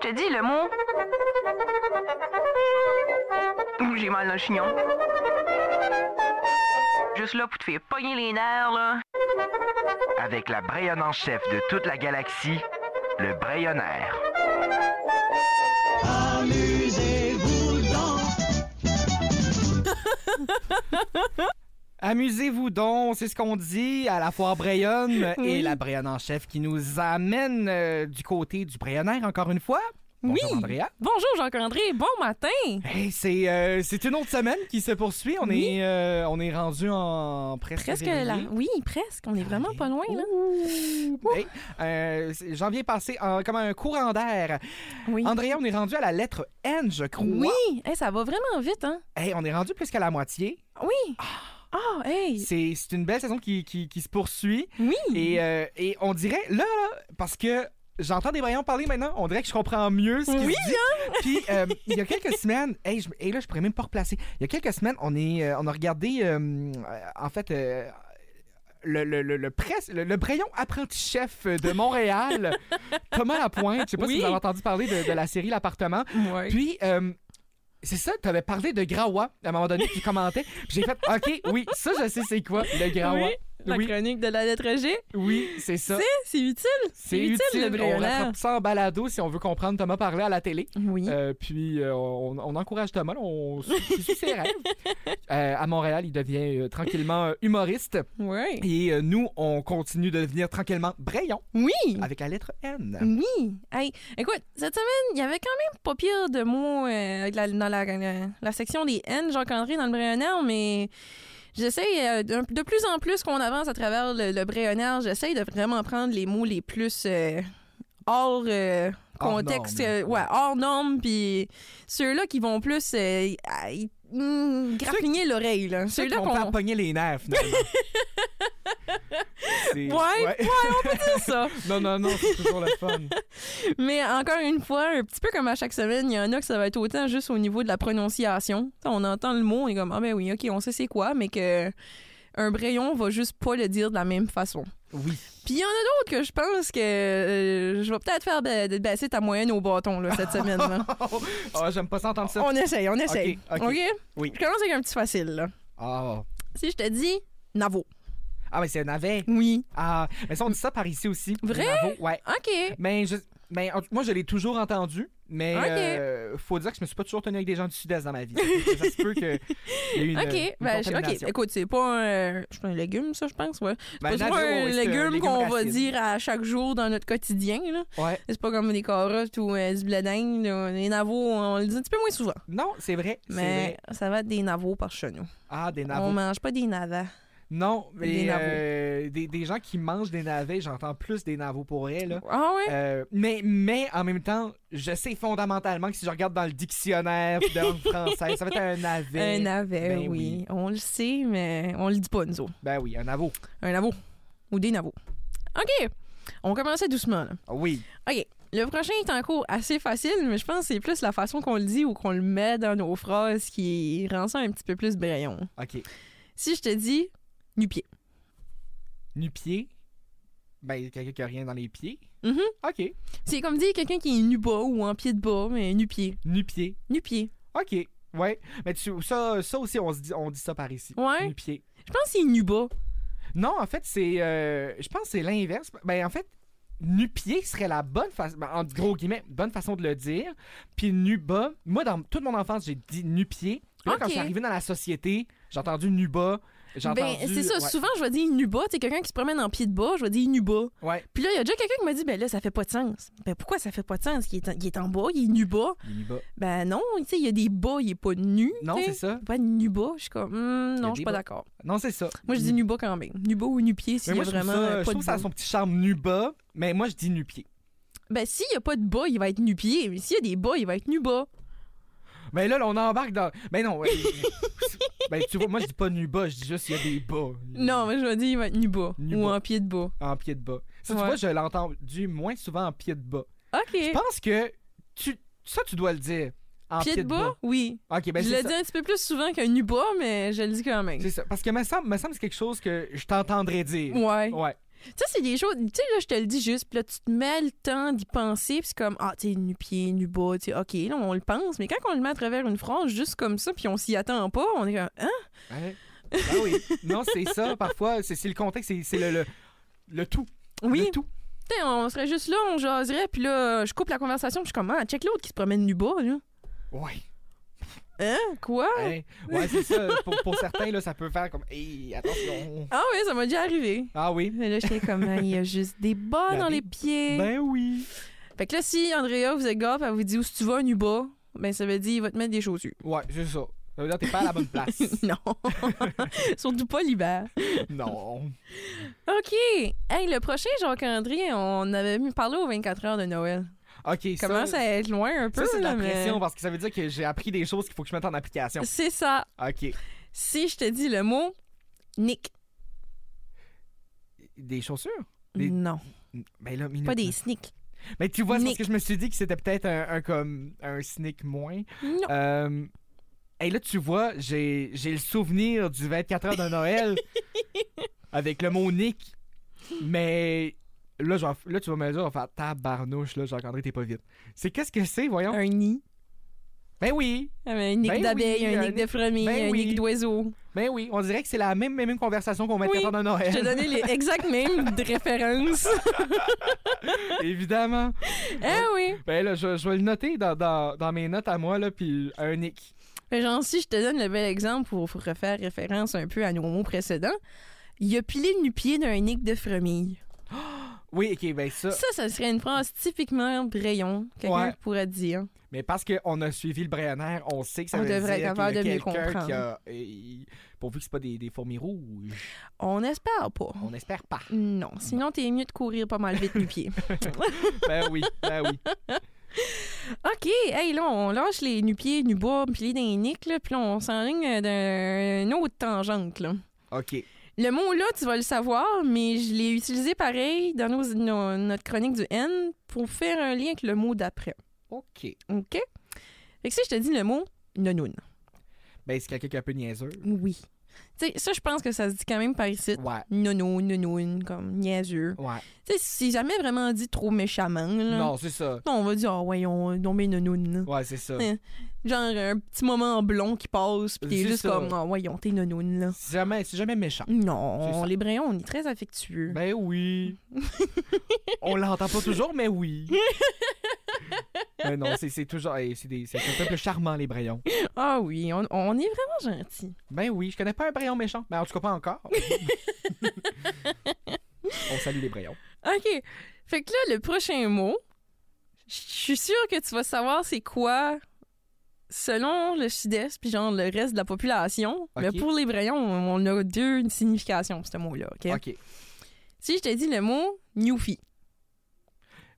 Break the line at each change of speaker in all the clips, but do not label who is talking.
te dis le mot. Ouh, J'ai mal dans le chignon. Juste là pour te faire pogner les nerfs, là.
Avec la Brayonne en chef de toute la galaxie, le Brayonnaire.
Amusez-vous donc, c'est ce qu'on dit à la foire Brayonne
Oui.
et la Brayonne en chef qui nous amène euh, du côté du Brayonnaire encore une fois. Bonjour
Oui.
Andrea.
Bonjour Jean-André, bon matin.
Hey, c'est euh, c'est une autre semaine qui se poursuit. On
Oui.
est euh, on est rendu en presque,
Presque
février.
là. Oui, presque. On est vraiment pas loin là.
Hey, euh, c'est- janvier passé en- comme un courant d'air.
Oui.
Andrea, on est rendu à la lettre N, je crois.
Oui, Hey, ça va vraiment vite hein.
Hey, on est rendu plus qu'à la moitié.
Oui. Ah, hey.
C'est c'est une belle saison qui, qui- qui se poursuit.
Oui.
Et, euh, et on dirait, là, là, parce que j'entends des baillons parler maintenant, on dirait que je comprends mieux ce qu'ils
Oui, hein?
se dit. Puis, euh, il y a quelques semaines, hey, je- hey, là, je pourrais même pas replacer. Il y a quelques semaines, on, est, euh, on a regardé, euh, euh, en fait, euh, le, le, le, le presse- le- le Brayon apprenti-chef de Montréal, Thomas Lapointe. Je sais pas si
Oui.
vous avez entendu parler de, de la série L'Appartement.
Ouais.
Puis, euh, c'est ça, tu avais parlé de Grawa à un moment donné qui commentait. Puis J'ai fait, OK, oui, ça, je sais c'est quoi, le Grawa.
Oui, La
ah Oui.
chronique de la lettre G.
Oui, c'est ça.
C'est- C'est utile.
C'est
utile,
utile,
le
on
brûlant.
rattrape ça en balado si on veut comprendre Thomas parler à la télé.
Oui.
Euh, puis euh, on, on encourage Thomas, là, on suit il suit ses rêves. Euh, à Montréal, il devient euh, tranquillement euh, humoriste.
Oui.
Et euh, nous, on continue de devenir tranquillement Brayon
Oui. Mm.
avec la lettre N.
Oui. Hey, écoute, cette semaine, il y avait quand même pas pire de mots euh, avec la- dans la, la- la section des N, Jean-André, dans le Bréonard, mais j'essaye euh, de, de plus en plus qu'on avance à travers le, le Bréonard, j'essaye de vraiment prendre les mots les plus euh, hors euh,
Hors
contexte,
norme.
euh, ouais, hors norme, puis ceux-là qui vont plus euh, à- y- mm, graffiner l'oreille, là.
C'est
Ceux-là
qu'on
qu'on...
t'a pogné les nerfs, finalement. C'est-
Ouais, ouais, on peut dire ça.
Non, non, non, c'est toujours le fun.
Mais encore une fois, un petit peu comme à chaque semaine, il y en a que ça va être autant juste au niveau de la prononciation. Tu sais, On entend le mot, on est comme Ah ben oui, ok, on sait c'est quoi, mais que un brayon va juste pas le dire de la même façon.
Oui.
Puis il y en a d'autres que je pense que euh, je vais peut-être faire ba- de baisser ta moyenne au bâton là, cette semaine. là.
Ah, j'aime pas ça entendre ça.
Oh. on essaye, on essaye.
Ok, ok. Oui.
Je commence avec un petit facile. Là.
Ah,
Si je te dis Navo.
Ah, mais c'est un navet.
Oui.
Ah, mais ça, on dit ça par ici aussi.
Vrai?
Bravo. Ouais.
Ok.
Mais Ben, je- mais en- moi, je l'ai toujours entendu, mais
Ok.
euh, faut dire que je me suis pas toujours tenu avec des gens du Sud-Est dans ma vie. ça se peut qu'il y ait eu une,
Ok,
une
ben, je- ok.
contamination.
Écoute, c'est pas un, je pense un légume, ça, je pense, ouais.
Ben,
c'est
navet,
pas un
ouais, c'est
légume qu'on va
racine.
dire à chaque jour dans notre quotidien. Là.
Ouais.
C'est pas comme des carottes ou euh, du blé d'Inde. là. Les navots, on le dit un petit peu moins souvent.
Non, c'est vrai. c'est
Mais
vrai.
ça va être des navots par chez nous.
Ah, des
On
navots.
mange pas des navets.
Non, mais
Des navots.
euh, des, des gens qui mangent des navets, j'entends plus des navots pour elle. Là.
Ah ouais?
Euh, mais, mais en même temps, je sais fondamentalement que si je regarde dans le dictionnaire de langue française, ça va être un navet.
un navet,
ben
oui.
oui.
On le sait, mais on le dit pas, nous autres.
Ben oui, un navot.
Un navot. Ou des navots. OK. On commençait doucement, là.
Ah Oui.
OK. Le prochain est un cours assez facile, mais je pense que c'est plus la façon qu'on le dit ou qu'on le met dans nos phrases qui rend ça un petit peu plus brayon.
OK.
Si je te dis nu-pied.
Nu-pied. Ben, quelqu'un qui a rien dans les pieds.
Mhm.
OK.
C'est comme dire quelqu'un qui est nu-bas ou en pied de bas, mais nu-pied.
Nu-pied.
Nu-pied.
OK. Ouais. Mais tu, ça, ça aussi, on, se dit, on dit ça par ici.
Ouais.
Nu-pied.
Je pense qu'il est nu-bas.
Non, en fait, c'est. euh, je pense que c'est l'inverse. Ben, en fait, nu-pied serait la bonne façon. Ben, en gros guillemets, bonne façon de le dire. Puis nu-bas. Moi, dans toute mon enfance, j'ai dit nu-pied. Puis là, quand
OK.
je suis arrivé dans la société, j'ai entendu nu-bas. J'ai
Ben,
entendu.
c'est ça.
ouais.
Souvent, je vais dire nu-bas. Tu sais, quelqu'un qui se promène en pied de bas, je vais dire nu-bas.
Ouais.
Puis là, il y a déjà quelqu'un qui m'a dit, ben là, ça fait pas de sens. Ben pourquoi ça fait pas de sens? Il est en, il est en bas, il est nu-bas.
Nu-bas.
Ben non, tu sais, il y a des bas, il est pas nu.
Non,
tu sais.
c'est ça.
Il est Pas nu-bas. Je suis comme, hum,
y a des
non, je suis pas
bas.
d'accord.
Non, c'est ça.
Moi, je dis nu-bas quand même. Nu-bas ou nu-pied,
Mais
s'il y a
moi, je trouve,
vraiment
ça,
euh,
je
pas de
trouve ça a
bas.
son petit charme nu-bas. Mais moi, je dis nu-pied.
Ben s'il y a pas de bas, il va être nu-pied. Mais s'il y a des bas, il va être nu-bas.
Mais là, là, on embarque dans. Mais non. ouais. ben, tu vois, moi, je dis pas nu-bas, je dis juste il y a des bas.
Non, mais je vais dire, il va être nu-bas. Ou
Mm. Nu-bas.
en pied de bas.
En pied de bas. Ça,
Ouais.
tu vois, je l'ai entendu moins souvent en pied de bas.
OK.
Je pense que tu... ça, tu dois le dire. En
pied de bas, oui.
bas. Ok, ben
je
c'est
le
ça.
dis un petit peu plus souvent qu'un nu-bas, mais je le dis quand même.
C'est ça. Parce que me semble, me semble que c'est quelque chose que je t'entendrais dire.
Ouais.
Ouais.
Ça, c'est des choses. Tu sais, là, je te le dis juste, puis là, tu te mets le temps d'y penser, puis c'est comme, ah, tu sais, nu-pied, nu-bas, tu sais, OK, là, on le pense, mais quand on le met à travers une frange, juste comme ça, puis on s'y attend pas, on est comme, hein?
Ouais. Ah oui. non, c'est ça, parfois. C'est c'est le contexte, c'est- c'est le, le, le tout.
Oui.
Le tout.
Putain, on serait juste là, on jaserait, puis là, je coupe la conversation, puis je suis comme, ah, check l'autre qui se promène nu-bas, là.
Ouais.
Hein? Quoi?
Hey. Ouais, c'est ça. Pour, pour certains, là, ça peut faire comme. Hey, attention.
Ah oui, ça m'a déjà arrivé.
Ah oui.
Mais là, j'étais comme, Ah, il y a juste des bas
La
dans
vie.
les pieds.
Ben oui.
Fait que là, si Andrea vous êtes gaffe, elle vous dit où si tu vas, nu-bas, ben ça veut dire, il va te mettre des chaussures.
Ouais, c'est ça. Ça veut dire que t'es pas à la bonne place.
non. Surtout pas l'hiver.
non.
OK. Hey, le prochain Jacques-André, on avait mis- parlé aux 24 heures de Noël.
Ok,
Ça commence à être loin un peu.
Ça, c'est de la
là, mais-
pression parce que ça veut dire que j'ai appris des choses qu'il faut que je mette en application.
C'est ça.
OK.
Si je te dis le mot Nick.
Des chaussures? Des-
Non,
Ben là, minute,
pas des
là.
sneaks.
Mais tu vois, c'est parce
Nick.
que je me suis dit que c'était peut-être un, un comme un sneak moins.
Non.
Euh, hey, là, tu vois, j'ai j'ai le souvenir du 24 heures de Noël avec le mot Nick. Mais là, je vais- là tu vas me dire, on va faire tabarnouche, là, Jacques-André, t'es pas vite. C'est qu'est-ce que c'est, voyons?
Euh, Un nid.
Ben oui!
Un nick
Ben
d'abeille,
oui,
un
un
nick de
nick-
fourmi,
ben
un
oui.
nick d'oiseau.
Ben oui, on dirait que c'est la même, même, même conversation qu'on 24
Oui,
heures de
Je t'ai
Noël.
donné les exactes mêmes références.
Évidemment.
eh oui.
Ben là, je, je vais le noter dans, dans, dans mes notes à moi, là, puis un Nick.
Mais Ben, genre, si je te donne le bel exemple pour pour refaire référence un peu à nos mots précédents, il a pilé le nu-pied d'un nick de fourmi.
Oui, ok, ben ça.
Ça, ça serait une phrase typiquement Brayon, quelqu'un
Ouais.
pourrait dire.
Mais parce qu'on a suivi le Bréanaire, on sait que ça
On
veut
devrait
dire
être
qu'il
capable
y a
de mieux
quelqu'un qui a- et- pourvu que c'est pas des, des fourmis rouges,
On espère pas.
on espère pas.
Non, sinon t'es mieux de courir pas mal vite nu-pied.
ben oui, ben oui.
OK, hey, là, on lâche les nu-pieds, nu-bas, puis les diniques, là, puis là, on s'enligne d'un autre tangente, là.
Ok.
Le mot là, tu vas le savoir, mais je l'ai utilisé pareil dans nos- nos- notre chronique du N pour faire un lien avec le mot d'après.
Ok.
OK? Fait que si je te dis le mot nonoun.
Ben c'est quelqu'un qui est un peu niaiseux.
Oui. Tu sais, ça, je pense que ça se dit quand même par ici.
Ouais.
Nonoun, nonoun, comme niaiseux.
Ouais.
Tu sais, c'est jamais vraiment dit trop méchamment, là.
Non, c'est ça.
Non, on va dire, ah ouais, on nommé nonoun. là.
Ouais, c'est ça.
Ouais. Genre un petit moment en blond qui passe, puis t'es
C'est
juste
ça.
comme, ah voyons, t'es nonoun, là.
C'est jamais, c'est jamais méchant. C'est
Non,
ça.
les Brayons, on est très affectueux.
Ben oui. on l'entend pas toujours, mais oui. Mais non, c'est- c'est toujours, eh, c'est des- c'est un peuple charmant les Brayons.
Ah oui, on, on est vraiment gentils.
Ben oui, je connais pas un Brayon méchant. Ben en tout cas pas encore. on salue les Brayons.
OK. Fait que là, le prochain mot, je suis sûre que tu vas savoir c'est quoi selon le sud-est, puis genre le reste de la population.
OK.
Mais pour les Brayons, on a deux significations pour ce mot-là. OK?
Ok.
Si je te dis le mot newfie,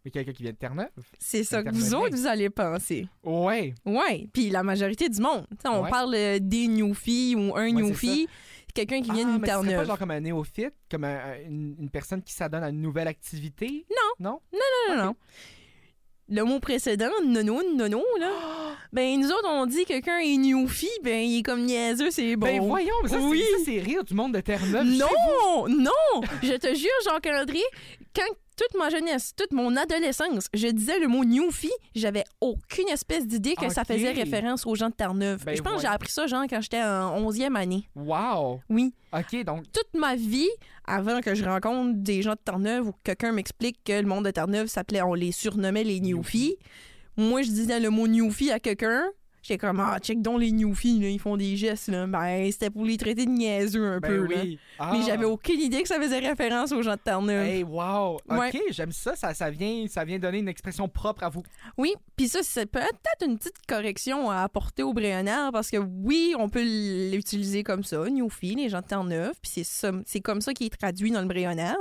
Mais quelqu'un qui vient de Terre-Neuve?
c'est ça que vous
Intermédiaire.
autres, vous allez penser.
Ouais.
Ouais, puis la majorité du monde. Tu sais, on
Ouais.
parle euh, des newfies ou un
c'est
newfie, quelqu'un qui vient
ah,
d'une
mais ce serait pas
terre-neuve.
genre comme un néophyte, comme un- un- une, une personne qui s'adonne à une nouvelle activité?
Non, non, non. Le mot précédent, nono, nono, là. Ben, nous autres, on dit que quelqu'un est newfie, ben, il est comme niaiseux, c'est bon.
Ben voyons, mais ça, c'est-
Oui.
ça, c'est rire du monde de Terre-Neuve. Je sais-
non, non! Je te jure, Jean-Calendrier, quand toute ma jeunesse, toute mon adolescence, je disais le mot newfie, j'avais aucune espèce d'idée que ça
Ok.
faisait référence aux gens de Terre-Neuve.
Ben
je pense que j'ai
voyons.
appris ça, genre, quand j'étais en 11e année.
Wow!
Oui.
OK, donc,
Toute ma vie, avant que je rencontre des gens de Terre-Neuve ou que quelqu'un m'explique que le monde de Terre-Neuve s'appelait, on les surnommait les newfies, moi je disais le mot newfie à quelqu'un. J'étais comme, ah, check donc les newfies, là, ils font des gestes, là. Ben, c'était pour les traiter de niaiseux un
ben
peu, là.
oui. Ah.
Mais j'avais aucune idée que ça faisait référence aux gens de Terre-Neuve.
Hey, wow! OK,
Euh, Ouais.
j'aime ça. ça. Ça vient ça vient donner une expression propre à vous.
Oui, puis ça, c'est peut-être une petite correction à apporter au Bréonard parce que oui, on peut l'utiliser comme ça, Newfie, les gens de Terre-Neuve, puis c'est ça- c'est comme ça qu'il est traduit dans le Bréonard.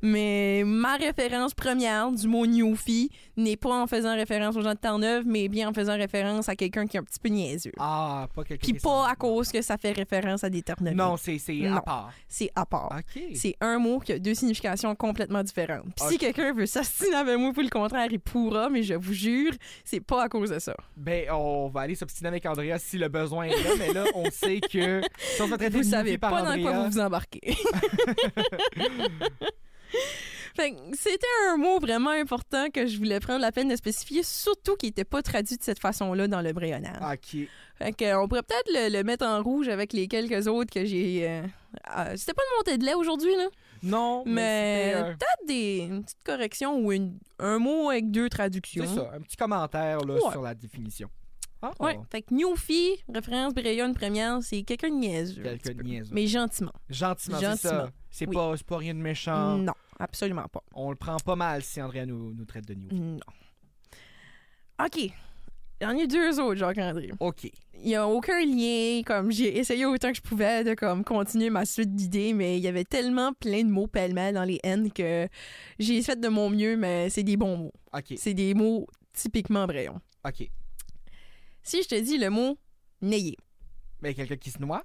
Mais ma référence première du mot Newfie n'est pas en faisant référence aux gens de Terre-Neuve, mais bien en faisant référence à quelqu'un qui est un petit peu niaiseux.
Ah, pas quelqu'un
Puis
qui est
pas à
sensible.
cause que ça fait référence à des Terre-Neuve.
Non, c'est c'est à
Non.
part.
C'est à part.
OK.
C'est un mot qui a deux significations complètement différentes. Puis si
Ok.
quelqu'un veut s'assiner avec moi pour le contraire, il pourra, mais je vous jure, c'est pas à cause de ça.
Ben, on va aller s'obstiner avec Andrea si le besoin est là, mais là, on sait que si on se fait traiter
Vous
de
savez
newbie par
pas dans quoi
Andrea,
vous vous embarquez. Fait que c'était un mot vraiment important que je voulais prendre la peine de spécifier, surtout qu'il n'était pas traduit de cette façon-là dans le Bréonard.
Ok.
Fait que, euh, on pourrait peut-être le, le mettre en rouge avec les quelques autres que j'ai. euh, euh, c'était pas une montée de lait aujourd'hui, là.
Non, mais.
Mais
c'était, euh,
Peut-être des une petite correction ou une- un mot avec deux traductions.
C'est ça, un petit commentaire là,
hein. Ouais.
sur la définition. Ah,
Ouais. Fait que Newfie, référence Brayon première, c'est quelqu'un de niaiseux. un
Quelqu'un
petit
de
peu.
niaiseux.
Mais gentiment.
Gentiment, c'est
Gentiment,
ça. C'est,
oui. Mm.
pas, c'est pas rien de méchant.
Non, absolument pas.
On le prend pas mal si Andrea nous, nous traite de new.
Non. OK. J'en ai deux autres, Jacques-André.
OK.
Il n'y a aucun lien. Comme j'ai essayé autant que je pouvais de comme continuer ma suite d'idées, mais il y avait tellement plein de mots pêle-mêle dans les N que j'ai fait de mon mieux, mais c'est des bons mots.
OK.
C'est des mots typiquement brayon.
OK.
Si je te dis le mot nayer.
Mais quelqu'un qui se noie?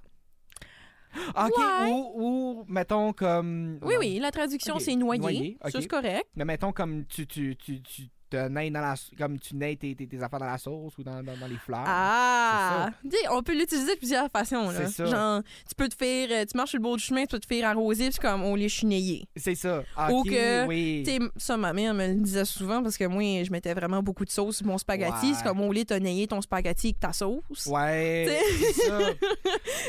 Ah, OK.
Ouais.
Ou, ou, mettons, comme...
Oui,
non.
oui, la traduction
Ok.
c'est noyer.
Noyer, ok.
Ça, c'est correct.
Mais mettons, comme tu, tu, tu, tu te nais dans la... Comme tu nais tes, tes, tes affaires dans la sauce ou dans, dans, dans les fleurs.
Ah! Dis, on peut l'utiliser de plusieurs façons. Là.
C'est ça.
Genre, tu peux te faire. euh, Tu marches sur le bord du chemin, tu peux te faire arroser, puis c'est comme, oh, on les chenillés.
C'est ça. Ah,
Ou
OK,
que
oui.
Tu sais, ça, ma mère me le disait souvent parce que moi, je mettais vraiment beaucoup de sauce sur mon spaghetti.
Ouais.
C'est comme au lait, t'as naillé ton spaghetti avec ta sauce.
Ouais. C'est ça.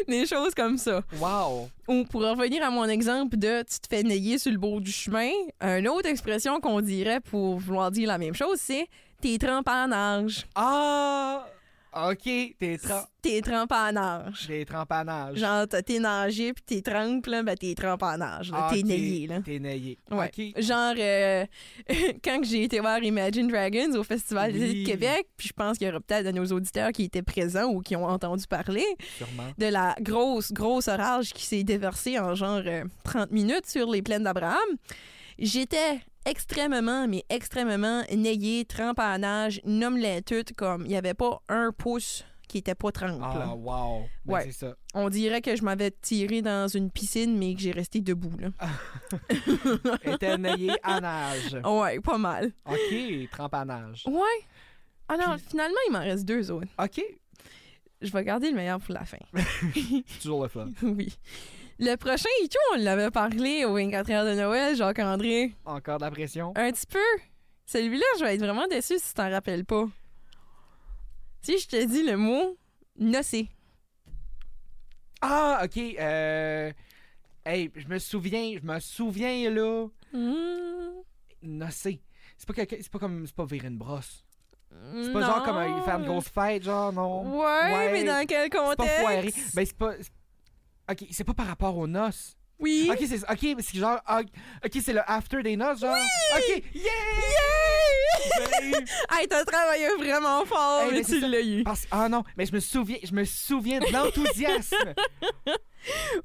Des choses comme ça.
Wow.
Ou pour revenir à mon exemple de tu te fais nailler sur le bord du chemin, une autre expression qu'on dirait pour vouloir dire la même chose, c'est t'es trempé en âge.
Ah! OK. T'es tra...
T'es trempé en âge.
J'ai trempanage.
Genre, t'as- t'es nagé puis t'es trempe, là, ben t'es trempé en âge. là.
Ah,
T'es
ok,
naillé, là.
T'es naillé.
Ouais.
Ok.
Genre, euh, quand que j'ai été voir Imagine Dragons au Festival des
Oui.
de Québec, puis je pense qu'il y aura peut-être de nos auditeurs qui étaient présents ou qui ont entendu parler
Sûrement.
de la grosse, grosse orage qui s'est déversée en genre euh, 30 minutes sur les plaines d'Abraham. J'étais extrêmement, mais extrêmement naillée, trempe à nage, nomme-les toutes, comme il n'y avait pas un pouce qui était pas trempe.
Ah,
là.
wow. Ben,
Ouais.
C'est ça.
On dirait que je m'avais tirée dans une piscine, mais que j'ai resté debout. Là.
Était naillé à nage.
Ouais, pas mal.
OK. Trempanage.
Ouais. Alors, finalement, il m'en reste deux autres.
OK.
Je vais garder le meilleur pour la fin.
C'est toujours le fun.
oui. Le prochain Ichou, on l'avait parlé au 24 heures de Noël, Jacques-André.
Encore de la pression.
Un petit peu. Celui-là, je vais être vraiment déçue si tu t'en rappelles pas. Si je te dis le mot nocé.
Ah, OK. Euh... Hey, je me souviens, je me souviens, là.
Mmh.
Nocé. C'est pas quelqu'un, c'est pas comme, c'est pas virer une brosse. C'est pas
Non.
genre comme euh, faire une grosse fête, genre,
Ouais,
non.
mais dans quel
C'est
contexte?
pas foiré. Ben, c'est pas. c'est- Ok, c'est pas par rapport aux noces.
Oui.
Ok, c'est ok, mais c'est genre. ah, Ok, c'est le after des noces, genre. Ok, yeah!
Yay!
Ben,
hey, t'as travaillé vraiment fort,
Hey,
mais
mais c'est
tu
ça.
l'as eu.
Parce... Ah non, mais je me souviens, je me souviens de l'enthousiasme.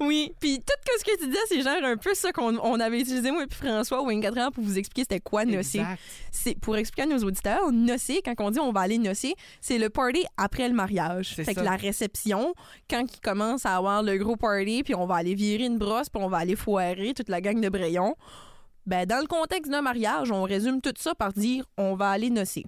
Oui, puis tout que ce que tu disais, c'est genre un peu ça qu'on on avait utilisé, moi et puis François, au 24 heures, pour vous expliquer c'était quoi nocer.
Exact.
C'est Pour expliquer à nos auditeurs, nocer, quand on dit on va aller nocer, c'est le party après le mariage.
C'est
Fait
ça.
que la réception, quand ils commencent à avoir le gros party, puis on va aller virer une brosse, puis on va aller foirer toute la gang de Brayon, ben dans le contexte d'un mariage, on résume tout ça par dire on va aller nocer.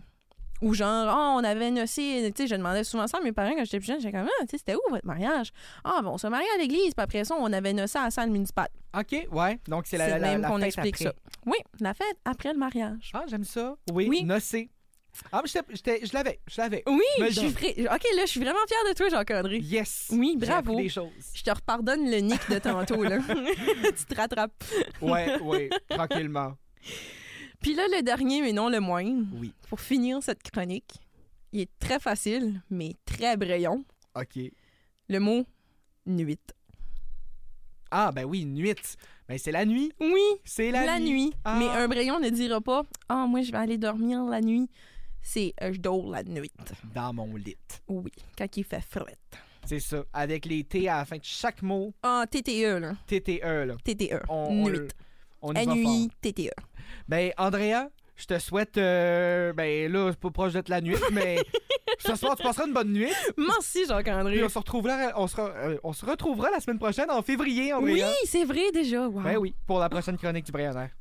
Ou genre, ah, on avait nocé, tu sais, je demandais souvent ça à mes parents quand j'étais plus jeune, j'étais comme, ah, tu sais, c'était où votre mariage? Ah, bon, on se mariait à l'église, puis après ça, on avait nocé à la salle municipale.
Ok, ouais. Donc c'est la, la,
le
la,
même
la
qu'on
fête
explique
après.
ça. Oui, la fête après le mariage.
Ah, j'aime ça. Oui,
Oui.
nocé. Ah, mais j'étais- j'étais- je l'avais, je l'avais.
Oui,
Mais
je suis
donc.
prêt. OK, là, je suis vraiment fière de toi, Jean-André.
Yes.
Oui,
J'ai
bravo.
appris des choses.
Je te repardonne le nick de tantôt, là. tu te rattrapes.
Ouais, ouais, tranquillement.
Puis là, le dernier, mais non le moins,
Oui.
pour finir cette chronique, il est très facile, mais très brayon.
Ok.
Le mot nuit.
Ah, ben oui, nuit. Ben c'est la nuit.
Oui,
C'est la,
la, nuit.
Ah.
Mais un brayon ne dira pas Ah, moi, je vais aller dormir la nuit. C'est euh, je dors la nuit.
Dans mon lit.
Oui, quand il fait fret.
C'est ça. Avec les T à la fin de chaque mot,
Ah, TTE, là.
TTE, là.
TTE.
On, on
nuit.
le- On y va
Nuit,
fort.
TTE.
Ben, Andrea, je te souhaite. euh, ben là, c'est pas proche d'être la nuit, mais ce soir, tu passeras une bonne nuit.
Merci,
Puis
Jacques-André.
on se, retrouvera, on, se re- euh, on se retrouvera la semaine prochaine en février, Andrea.
Oui, c'est vrai déjà. Wow.
Ben oui, pour la prochaine chronique du Briannaire.